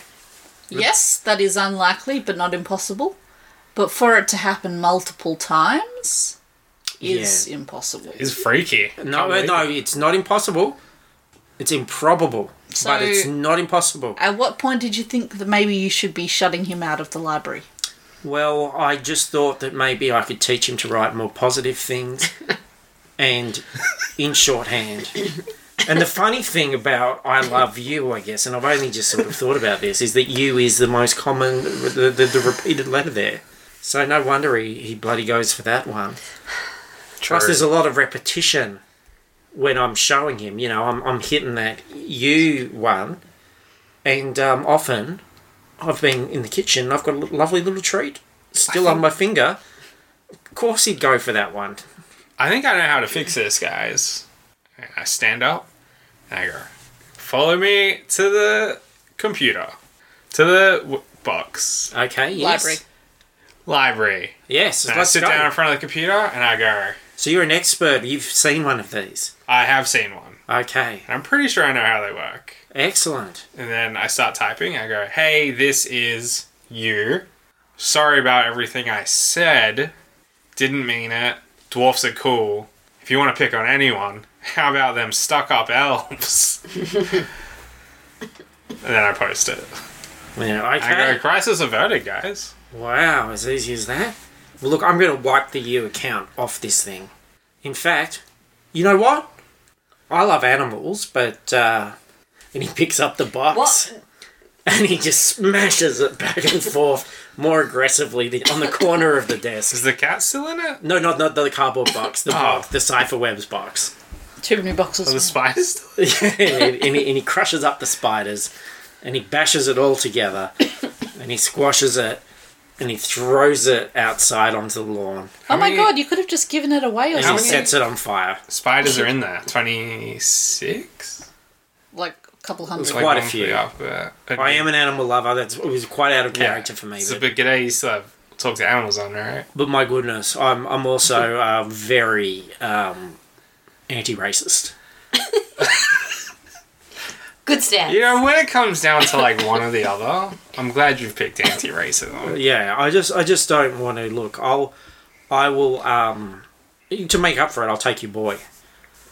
D: Yes, that is unlikely, but not impossible. But for it to happen multiple times is
C: Yeah.
D: impossible.
B: is freaky.
C: No,
B: Can't
C: no,
B: believe it.
C: it's not impossible. It's improbable, but
D: So-
C: it's not impossible.
D: At what point did you think that maybe you should be shutting him out of the library?
C: Well, I just thought that maybe I could teach him to write more positive things and in shorthand. And the funny thing about I love you, I guess, and I've only just sort of thought about this, is that you is the most common, the, the, the repeated letter there. So no wonder he, he bloody goes for that one. Plus,
B: True.
C: there's a lot of repetition when I'm showing him. You know, I'm, I'm hitting that you one, and um, often I've been in the kitchen. I've got a l- lovely little treat still on my finger. Of course, he'd go for that one.
B: I think I know how to fix this, guys. And I stand up and I go, follow me to the computer, to the w- box,
C: Okay, yes,
D: Library.
B: library.
C: yes.
B: And I
C: let's
B: sit
C: go.
B: down in front of the computer and I go,
C: So you're an expert. You've seen one of these.
B: I have seen one.
C: Okay,
B: And I'm pretty sure I know how they work.
C: excellent.
B: And then I start typing. I go, hey, this is you. Sorry about everything I said. Didn't mean it. Dwarfs are cool. If you want to pick on anyone, how about them stuck up elves? and then I post it.
C: Yeah,
B: I
C: okay.
B: go, crisis averted, guys.
C: Wow, as easy as that. Well, look, I'm going to wipe the U account off this thing. In fact, you know what? I love animals, but uh, and he picks up the box
A: What?
C: and he just smashes it back and forth more aggressively th- on the corner of the
B: Is
C: desk.
B: the cat still in it?
C: No, not not the cardboard box, the
B: Oh.
C: box, the cipher webs box.
D: Too many boxes.
B: Are the spiders still in it?
C: and, he, and he crushes up the spiders and he bashes it all together and he squashes it and he throws it outside onto the lawn.
D: oh my
B: many-
D: god, you could have just given it away
C: And
D: or
C: he
D: something.
C: sets it on fire.
B: Spiders are in there. 26?
D: Like a couple hundred.
C: It's quite a
B: one
C: few.
B: foot up, but-
C: I am an animal lover. That's it was quite out of
B: Yeah.
C: character for me.
B: So,
C: But,
B: but G'day, you still have talk to animals on, right?
C: but my goodness, I'm I'm also uh, very um, anti-racist.
A: Good stand.
B: You know, when it comes down to like one or the other, I'm glad you've picked anti-racism.
C: Yeah, I just I just don't want to look. I'll I will um to make up for it. I'll take your boy.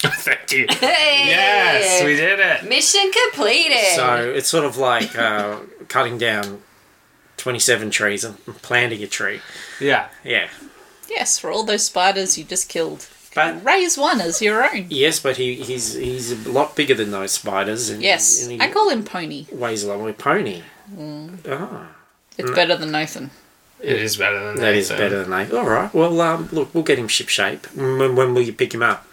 B: Thank you.
A: Hey!
B: Yes, we did it.
A: Mission completed.
C: So it's sort of like uh, cutting down twenty-seven trees and planting a tree.
B: Yeah.
C: Yeah.
D: Yes, for all those spiders you just killed.
C: But
D: Raise one as your own.
C: yes, but he, he's he's a lot bigger than those spiders. And,
D: Yes,
C: and he
D: I call him Pony.
C: weighs a lot more pony. Ah.
D: It's better than Nathan.
B: It is better than
C: That is
B: so-
C: better than eight. All right. Well, um, look, we'll get him ship shape. When, when will you pick him up?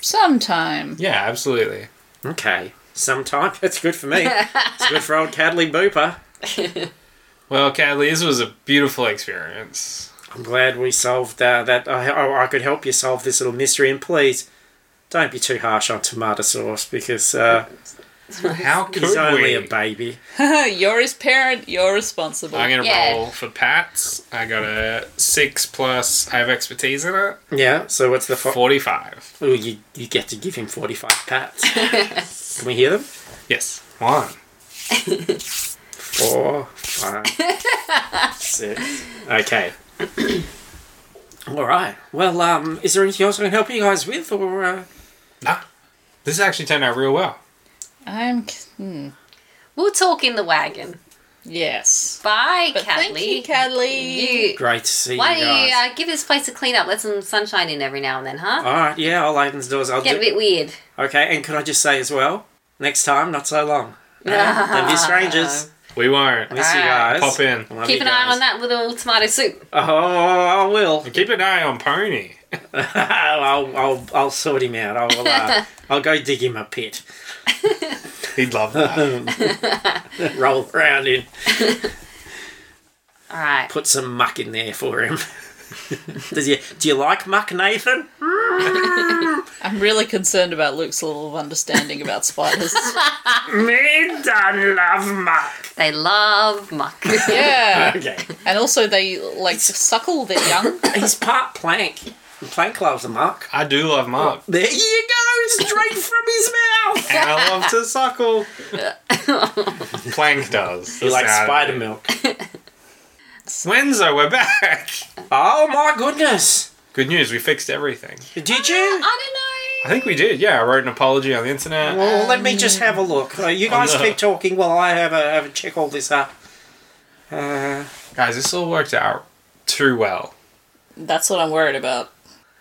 D: Sometime.
B: Yeah, absolutely.
C: Okay. Sometime. That's good for me. it's good for old Cadley Booper.
B: Well, Cadley, this was a beautiful experience.
C: I'm glad we solved uh, that. I, I, I could help you solve this little mystery. And please, don't be too harsh on tomato sauce because uh,
B: How could
C: He's only
B: we?
C: a baby.
D: you're his parent. You're responsible.
B: I'm gonna
A: Yeah.
B: roll for Pats. I got a six plus. I have expertise in it.
C: Yeah. So what's the fo-
B: Forty-five.
C: Ooh, you you get to give him forty five pats. Can we hear them?
B: Yes. One.
C: Four, five, six. Okay. All right. Well, um, is there anything else I can help you guys with, or uh,
B: Nah. This actually turned out real well.
D: I'm c- hmm.
A: We'll talk in the wagon.
D: Yes.
A: Bye,
D: But thank you,
A: Cadley.
D: Cadley.
A: You,
C: great to see
A: why
C: you
A: don't
C: guys?
A: you uh, give this place a clean up? Let some sunshine in every now and then,
B: Uh,
A: huh?
C: All right. Yeah, I'll open the doors. I'll
A: uh, Get a
C: do.
A: bit weird.
C: Okay. And could I just say as well, next time, not so long. Eh? Don't be strangers.
B: We won't.
C: Miss you guys.
A: Alright.
B: Pop in.
C: Love
A: Keep
C: you
A: an eye
C: guys.
A: on that little tomato soup.
C: Oh, I will. Ah,
B: Keep an eye on Pony.
C: I'll, I'll, I'll sort him out. I will. Uh, I'll go dig him a pit.
B: He'd love that.
C: Roll around in.
A: All right.
C: Put some muck in there for him. Does you, do you like muck, Nathan?
D: I'm really concerned about Luke's level of understanding about spiders.
C: Me don't love muck.
A: They love muck.
D: yeah.
C: Okay.
D: And also, they like suckle their young.
C: He's part plank. And plank loves muck.
B: I do love Mark.
C: There you go, straight from his mouth.
B: And I love to suckle. Plank does.
C: He likes
B: Sound.
C: spider milk.
B: Wenzo, we're back.
C: Oh my goodness.
B: Good news, we fixed everything.
C: Did you?
A: I don't
B: I think we did. Yeah, I wrote an apology on the internet.
C: Well, let me just have a look. Uh, you guys
B: no.
C: keep talking while I have a, have a check all this up. Uh,
B: Guys, this all worked out too well.
D: That's what I'm worried about.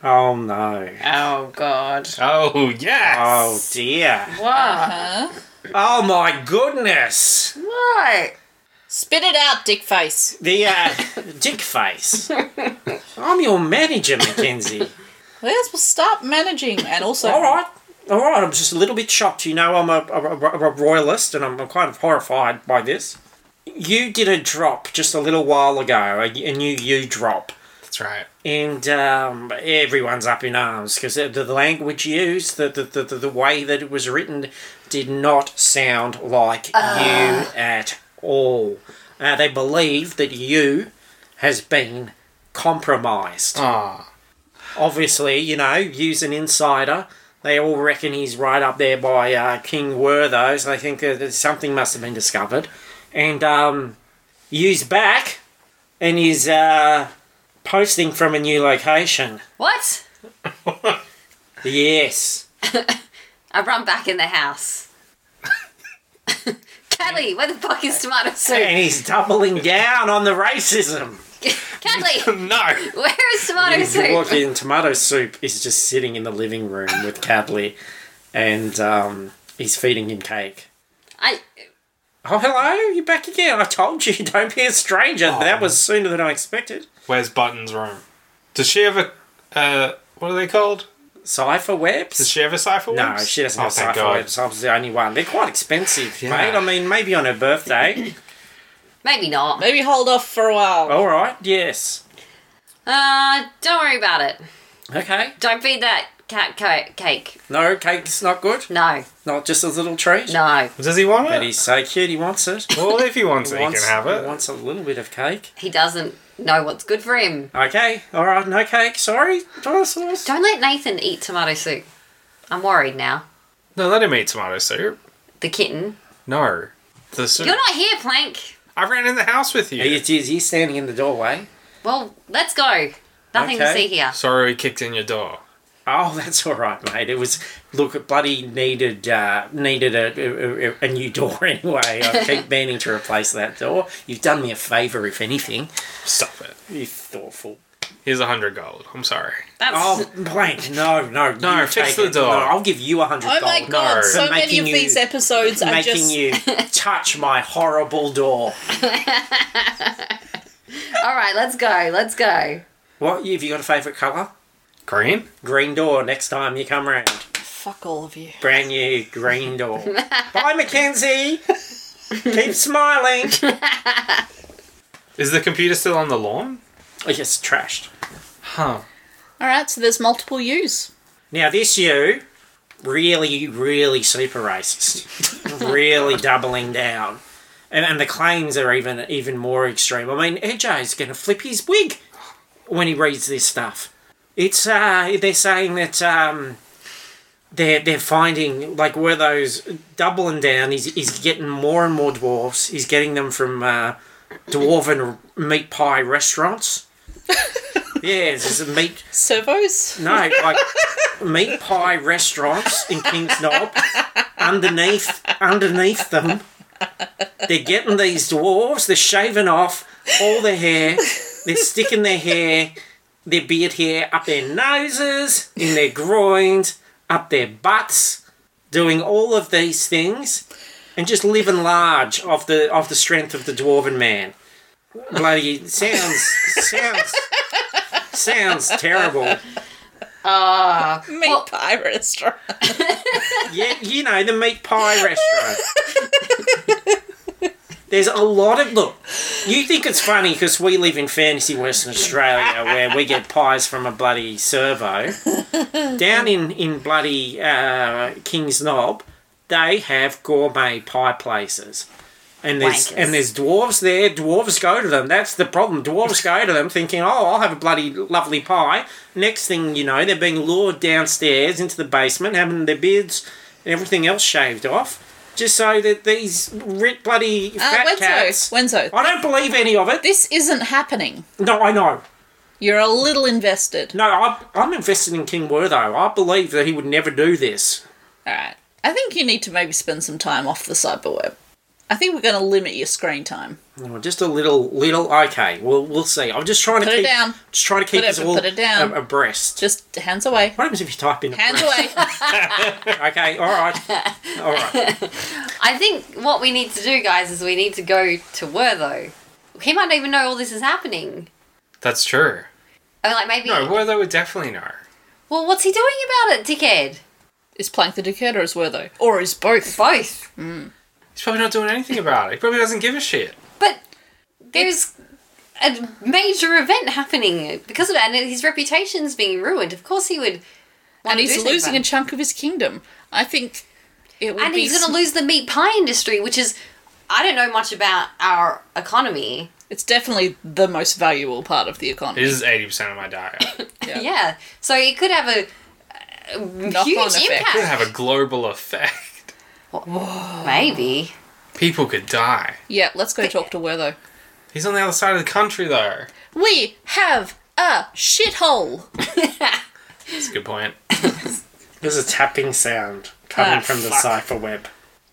C: oh no.
A: know. Oh, God.
B: Oh, yes.
C: Oh dear.
A: What?
D: Huh?
C: Oh my goodness.
A: What?
D: Spit it out, dick face.
C: The uh, dick face. I'm your manager, Mackenzie.
D: Yes, well, stop managing. And also,
C: All right. All right, I'm just a little bit shocked. You know, I'm a, a, a- a royalist and I'm, I'm kind of horrified by this. You did a drop just a little while ago, a, a new you drop.
B: That's right.
C: And um, everyone's up in arms because the, the language used, the, the, the, the way that it was written, did not sound like you at all. Uh, they believe that you has been compromised
B: Aw.
C: obviously, you know, use an insider. They all reckon he's right up there by uh, King Wertho, so they think that that something must have been discovered. And um, use back and is uh, posting from a new location.
A: What?
C: Yes.
A: I run back in the house. Cadley, where the fuck is tomato soup?
C: And he's doubling down on the racism.
A: Cadley,
B: No.
A: where is tomato
C: You walk
A: soup?
C: in, tomato soup is just sitting in the living room with Cadley, and um, he's feeding him cake.
A: I,
C: Oh, hello, you're back again. I told you, don't be a stranger. That
B: Oh.
C: was sooner than I expected.
B: Where's Button's room? Does she have a. Uh, what are they called?
C: Cypher
B: Does
C: webs?
B: she have a cipher?
C: No,
B: webs?
C: she doesn't
B: Oh,
C: have
B: thank
C: cypher
B: God.
C: webs. I was the only one. They're quite expensive,
B: Yeah.
C: mate. I mean, maybe on her birthday.
A: maybe not.
D: maybe hold off for a while.
C: All right, yes.
A: Uh, don't worry about it.
C: Okay.
A: Don't feed that cat co- cake.
C: No, cake's not good.
A: No,
C: Not just a little treat.
A: no.
B: Does he want
C: But
B: it?
C: he's so cute, he wants it.
B: Well, if he wants it, he
C: wants,
B: can have
C: He
B: it.
C: wants a little bit of cake.
A: He doesn't know what's good for him.
C: Okay, all right, no cake. Sorry, dinosaurs.
A: Don't let Nathan eat tomato soup. I'm worried now.
B: No, let him eat tomato soup.
A: The kitten.
B: No. The soup.
A: You're not here, Plank.
B: I ran in the house with you.
C: He is he's standing in the doorway.
A: Well, let's go. Nothing to
C: Okay.
A: see here.
B: Sorry we kicked in your door.
C: Oh, that's all right, mate. It was look, it bloody needed uh, needed a, a, a new door anyway. I keep meaning to replace that door. You've done me a favour, if anything.
B: Stop it.
C: You thoughtful.
B: Here's a hundred gold. I'm sorry.
A: That's
C: Oh, blank. No, no,
B: No,
C: you
B: fix
C: take
B: the
C: it.
B: door.
C: No, I'll give you a hundred
D: Oh
C: gold.
D: my god,
B: no.
D: so
C: For
D: many
C: making
D: of
C: you-
D: these episodes are
C: Making
D: just.
C: you touch my horrible door.
A: all right. Let's go. Let's go.
C: What? Have you got a favourite colour?
B: Green?
C: Green door. Next time you come round,
D: Fuck all of you.
C: brand new green door. Bye, Mackenzie. Keep smiling.
B: Is the computer still on the lawn?
C: Oh, yes, trashed.
B: Huh.
D: Alright, so there's multiple yous.
C: Now this you really, really super racist. really doubling down. And, and the claims are even even more extreme. I mean, AJ's going to flip his wig when he reads this stuff. It's uh, they're saying that um, they're they're finding like where those doubling down. He's he's getting more and more dwarfs. He's getting them from uh, dwarven meat pie restaurants. yeah, there's a meat
D: Servos?
C: no, like meat pie restaurants in King's Knob. Underneath, underneath them, they're getting these dwarves. They're shaving off all their hair. They're sticking their hair, their beard hair, up their noses, in their groins, up their butts, doing all of these things, and just living large off the off the strength of the dwarven man. Bloody sounds sounds sounds terrible.
D: Meat
A: Well-
D: pie restaurant.
C: Yeah, you know, the meat pie restaurant. There's a lot of look. You think it's funny because we live in fantasy Western Australia where we get pies from a bloody servo. Down in in bloody uh, King's Knob, they have gourmet pie places, and there's
A: Wankers.
C: and there's dwarves there. Dwarves go to them. That's the problem. Dwarves go to them thinking, "Oh, I'll have a bloody lovely pie." Next thing you know, they're being lured downstairs into the basement, having their beards and everything else shaved off, just so that these ri- bloody
D: Uh,
C: fat
D: Wenzo.
C: cats.
D: Wenzo.
C: I don't believe any of it.
D: This isn't happening.
C: No, I know.
D: You're a little invested.
C: No, I'm, I'm invested in King Wertho. I believe that he would never do this.
D: All right. I think you need to maybe spend some time off the cyberweb. I think we're going to limit your screen time.
C: Oh, just a little, little. Okay, we'll we'll see. I'm just trying to
D: Put it
C: keep,
D: down.
C: just trying to keep
D: Put it-
C: us all
D: put it down.
C: a- abreast.
D: Just hands away.
C: What happens if you type in?
D: Hands away.
C: Okay, all right, all right.
A: I think what we need to do, guys, is we need to go to Wertho. He might not even know all this is happening.
B: That's true.
A: I mean, like maybe.
B: No, Wertho would definitely know.
A: Well, what's he doing about it, dickhead?
D: is Plank the Decatur as were though? Or is both?
A: Both.
B: He's probably not doing anything about it. He probably doesn't give a shit.
A: But there's a major event happening because of that, and his reputation's being ruined. Of course, he would.
D: And he's losing a
A: and
D: chunk of his kingdom. I think it would
A: and
D: be.
A: he's going
D: sm-
A: to lose the meat pie industry, which is I don't know much about our economy.
D: it's definitely the most valuable part of the economy.
B: It is 80% of my diet.
D: Yeah.
A: Yeah, so it could have a, a
D: Knock-on
A: huge
D: effect.
B: Could
A: impact.
B: have a global effect.
A: Maybe.
B: People could die.
D: Yeah, let's go talk to Wertho.
B: He's on the other side of the country, though.
D: We have a shithole.
B: That's a good point.
C: There's a tapping sound coming
D: Ah,
C: from the
D: fuck.
C: cipher web.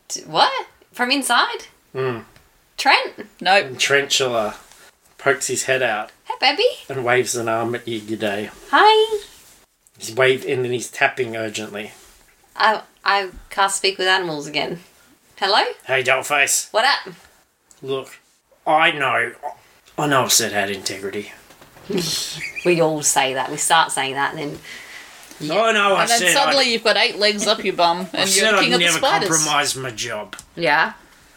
A: D- What from inside? Trent,
D: Nope.
C: Tarantula pokes his head out
A: hey baby,
C: and waves an arm at you. G'day.
A: hi.
C: He's waved and then he's tapping urgently.
A: I I can't speak with animals again. Hello,
C: Hey, dollface.
A: what up?
C: Look, I know, I know I've said had integrity.
A: We all say that. We start saying that, and then
C: I know I
D: And then
C: said
D: suddenly
C: I,
D: you've got eight legs up your bum
C: I
D: and
C: said
D: you're king
C: I'd
D: of the
C: never
D: spiders.
C: compromise my job,
A: yeah,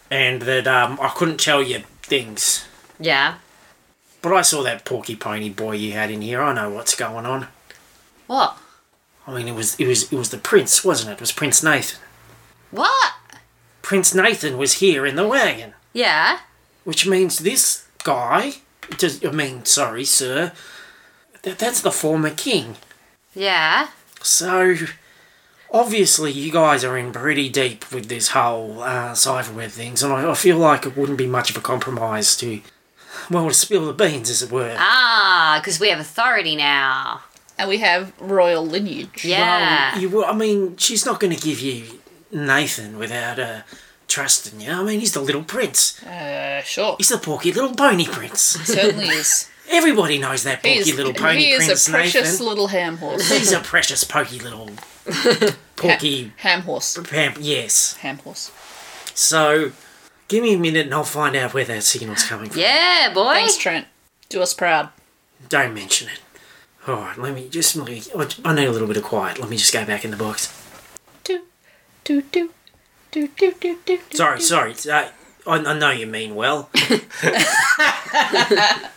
C: and that um, I couldn't tell you things.
A: yeah.
C: But I saw that porcupiney boy you had in here. I know what's going on.
A: What?
C: I mean, it was it was it was the prince, wasn't it? It was Prince Nathan.
A: What?
C: Prince Nathan was here in the wagon,
A: Yeah.
C: which means this guy. Does, I mean, sorry, sir. That, that's the former king.
A: Yeah.
C: So, obviously, you guys are in pretty deep with this whole uh, cypherweb things, and I, I feel like it wouldn't be much of a compromise to, well, to spill the beans, as it were.
A: Ah, because we have authority now.
D: And we have royal lineage. Ah.
A: Yeah.
C: You, will- I mean, she's not going to give you Nathan without uh, trusting you. I mean, he's the little prince.
D: Uh, sure.
C: He's the porky little pony prince.
D: certainly is.
C: Everybody knows that
D: He
C: porky
D: is,
C: little pony
D: he is
C: prince,
D: a precious
C: Nathan.
D: little ham horse.
C: he's a precious pokey little porky.
D: ham horse.
C: Pamp, yes.
D: Ham horse.
C: So, give me a minute and I'll find out where that signal's coming from.
A: Yeah, boy.
D: Thanks, Trent. Do us proud.
C: Don't mention it. All right, let me just. Let me, I need a little bit of quiet. Let me just go back in the box.
D: do do do do do do do.
C: Sorry, sorry. Uh, I, I know you mean well, but I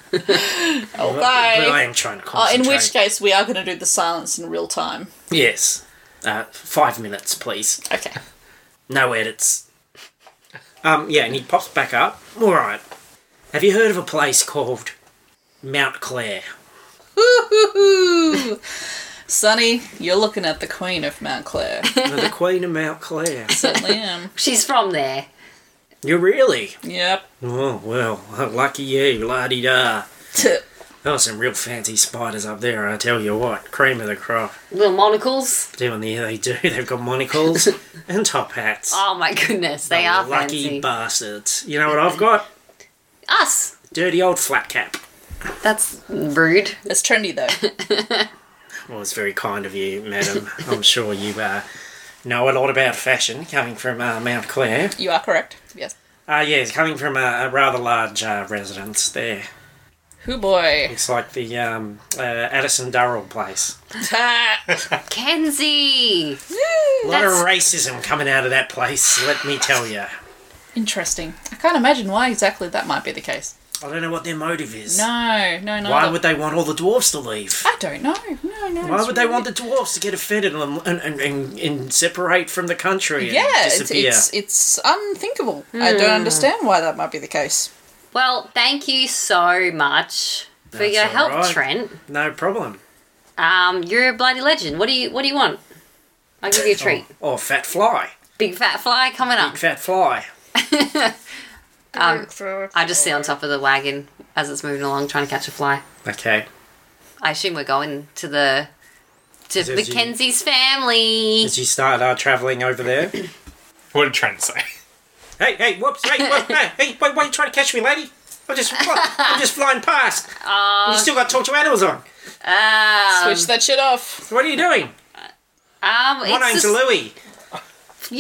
D: Bye.
C: am trying to
D: Uh,
C: concentrate.
D: in which case, we are going to do the silence in real time.
C: yes, uh, five minutes, please.
D: Okay.
C: No edits. Um, yeah, and he pops back up. All right. Have you heard of a place called Mount Clare?
D: Woo-hoo-hoo. Sonny, you're looking at the Queen of Mount Clare.
C: No, the Queen of Mount Clare.
D: Certainly am.
A: She's from there.
C: You really?
D: Yep.
C: Oh well, lucky you, la di da.
D: Tuh.
C: There were some real fancy spiders up there. I tell you what, cream of the crop.
A: Little monocles.
C: Down there they do. They've got monocles and top hats.
A: Oh my goodness, they are
C: lucky
A: fancy.
C: bastards. You know what I've got?
A: Us.
C: Dirty old flat cap.
A: That's rude.
D: It's trendy though.
C: Well, it's very kind of you, madam. I'm sure you uh, know a lot about fashion, coming from uh, Mount Clare.
D: You are correct. Yes.
C: Ah, yes, coming from a, a rather large uh, residence there.
D: Hoo boy.
C: It's like the um, uh, Addison Durrell place.
D: Ta.
A: Kenzie.
C: A lot of
A: That's-
C: racism coming out of that place, let me tell you.
D: Interesting. I can't imagine why exactly that might be the case.
C: I don't know what their motive is.
D: No, no, no.
C: Why
D: that-
C: would they want all the dwarves to leave?
D: I don't know. No, no.
C: Why
D: it's
C: would they
D: really-
C: want the dwarves to get offended and, and, and, and, and separate from the country and
D: Yeah, it's,
C: disappear?
D: it's it's unthinkable. I don't
A: Hmm.
D: understand why that might be the case.
A: Well, thank you so much for
C: That's
A: your help,
C: alright.
A: Trent.
C: No problem.
A: Um, you're a bloody legend. What do you What do you want? I'll give you
C: Oh.
A: a treat.
C: Or fat fly.
A: Big fat fly coming up.
C: Fat fly.
A: Um, I just sit on top of the wagon as it's moving along, trying to catch a fly.
C: Okay.
A: I assume we're going to the to
C: Is it-
A: Mackenzie's family.
C: As you start uh, travelling over there.
B: What did Trent say?
C: hey, hey, whoops, hey, whoops, hey, hey, wait, why are you trying to catch me, lady? I'm just, I'm just flying past.
D: Uh,
C: you still got to talk to animals on.
A: Um,
D: Switch that shit off.
C: What are you doing?
A: um,
C: My
A: it's
C: name's
A: just-
C: Louie.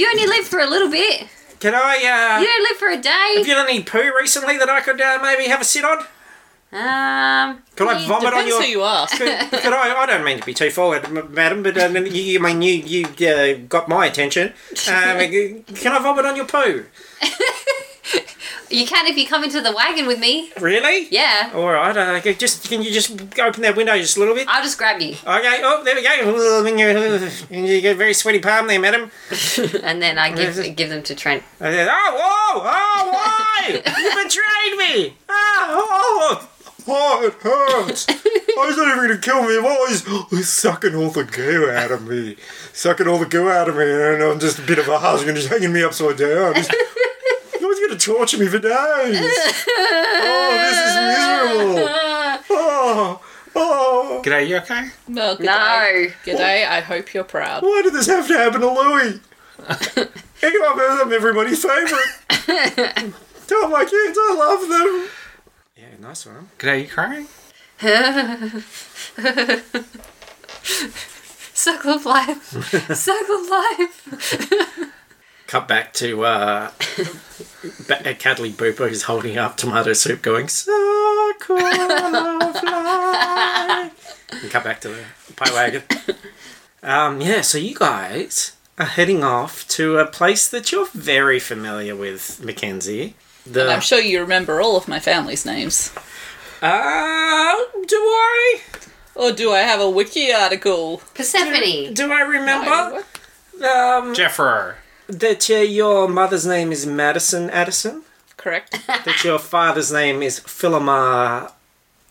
A: you only live for a little bit.
C: Can I, uh,
A: You don't live for a
C: have
A: day.
C: you done any poo recently that I could uh, maybe have a sit on?
A: Um,
C: Could I
A: you-
C: vomit on
D: Depends
C: your...
D: who you ask.
C: could, could I? I don't mean to be too forward, m- madam, but um, you, you mean you you uh, got my attention. Um, can I vomit on your poo?
A: you can if you come into the wagon with me.
C: Really?
A: Yeah,
C: All right. Uh, okay, just can you just open that window just a little bit?
A: I'll just grab you,
C: Okay. Oh, there we go. You get a very sweaty palm there, madam.
A: and then I give give them to Trent.
C: I said, oh, whoa, oh, why? you betrayed me.
E: Ah,
C: Oh, oh, oh, it hurts.
E: I was not even gonna kill me. I'm always always sucking all the goo out of me, sucking all the goo out of me, and I'm just a bit of a husband, just hanging me upside down. Just, no one's gonna torture me for days. Oh, this is miserable. Oh, oh.
B: G'day, you okay?
D: Well, good day.
A: No,
D: Good day. I hope you're proud.
E: Why did this have to happen to Louis? Anyway, I'm everybody's favourite. Tell my kids I love them.
C: Yeah, nice one.
B: G'day, you crying?
A: circle of life, circle of life.
C: Cut back to uh, ba- uh, Cadley Boo Boo's holding up tomato soup, going circle of life. And cut back to the pie wagon. Um, yeah, so you guys are heading off to a place that you're very familiar with, Mackenzie. The
D: I'm sure you remember all of my family's names.
C: uh, do I
D: Or do I have a wiki article?
A: Persephone.
C: do I remember
D: What?
C: um,
B: Jeffro.
C: that uh, your mother's name is Madison Addison?
D: Correct.
C: That your father's name is Philomar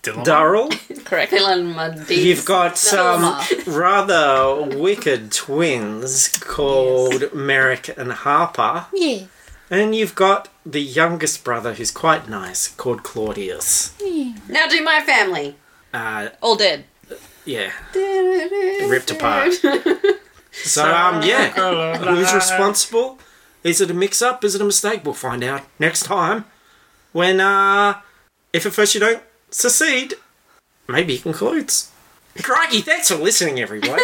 B: Dylan.
C: Durrell?
D: Correct.
A: Dylan Mundy.
C: You've got some
A: Philomar.
C: rather wicked twins called Merrick and Harper.
D: Yeah.
C: And you've got the youngest brother who's quite nice called Claudius.
A: Now do my family.
C: Uh,
D: All dead.
C: yeah. Ripped apart. So, um, yeah. Who's responsible? Is it a mix up? Is it a mistake? We'll find out next time. When, uh, if at first you don't succeed, maybe he concludes. Crikey, thanks for listening, everybody.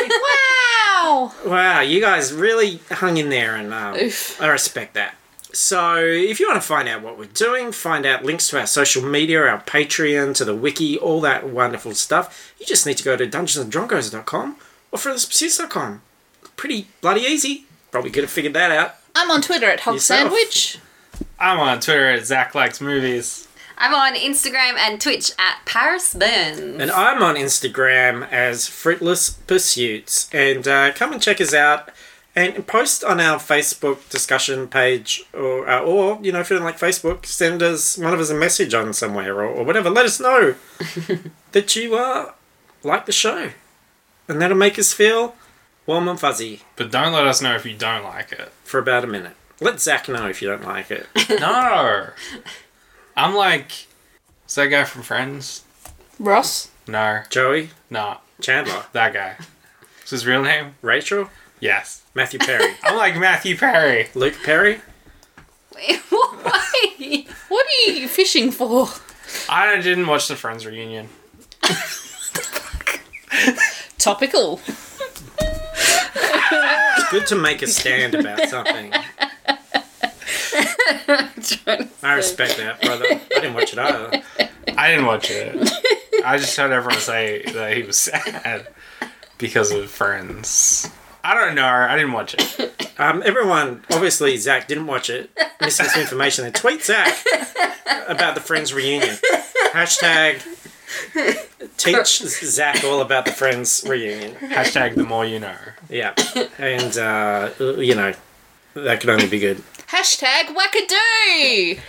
D: Ow!
C: Wow, you guys really hung in there, and um,
D: Oof.
C: I respect that. So, if you want to find out what we're doing, find out links to our social media, our Patreon, to the wiki, all that wonderful stuff, you just need to go to dungeonsanddrongos.com or furthespursuits.com. Pretty bloody easy. Probably could have figured that out.
D: I'm on Twitter at Hog
C: Yourself.
D: Sandwich.
B: I'm on Twitter at Zach Likes Movies.
A: I'm on Instagram and Twitch at Paris Burns.
C: And I'm on Instagram as Fruitless Pursuits. And uh, come and check us out. and post on our Facebook discussion page, or uh, or you know if you don't like Facebook, send us one of us a message on somewhere or, or whatever. Let us know that you uh, like the show, and that'll make us feel warm and fuzzy
B: But don't let us know if you don't like it.
C: for about a minute. Let Zach know if you don't like it.
B: No. I'm like, is that guy from Friends?
D: Ross?
B: No.
C: Joey,
B: Not
C: Chandler,
B: that guy. Is his real name?
C: Rachel,
B: Yes.
C: Matthew Perry,
B: I'm like Matthew Perry.
C: Luke Perry.
A: Wait, why?
D: What are you fishing for?
B: I didn't watch the Friends reunion.
D: Topical.
C: Good to make a stand about something. I respect that, brother. I didn't watch it either.
B: I didn't watch it. I just heard everyone say that he was sad because of Friends. I don't know. I didn't watch it.
C: Um, everyone, obviously, Zach didn't watch it. Misinformation. And tweet Zach about the Friends reunion. Hashtag teach Zach all about the Friends reunion.
B: Hashtag the more you know.
C: Yeah. And, uh, you know, that could only be good.
D: Hashtag wackadoo!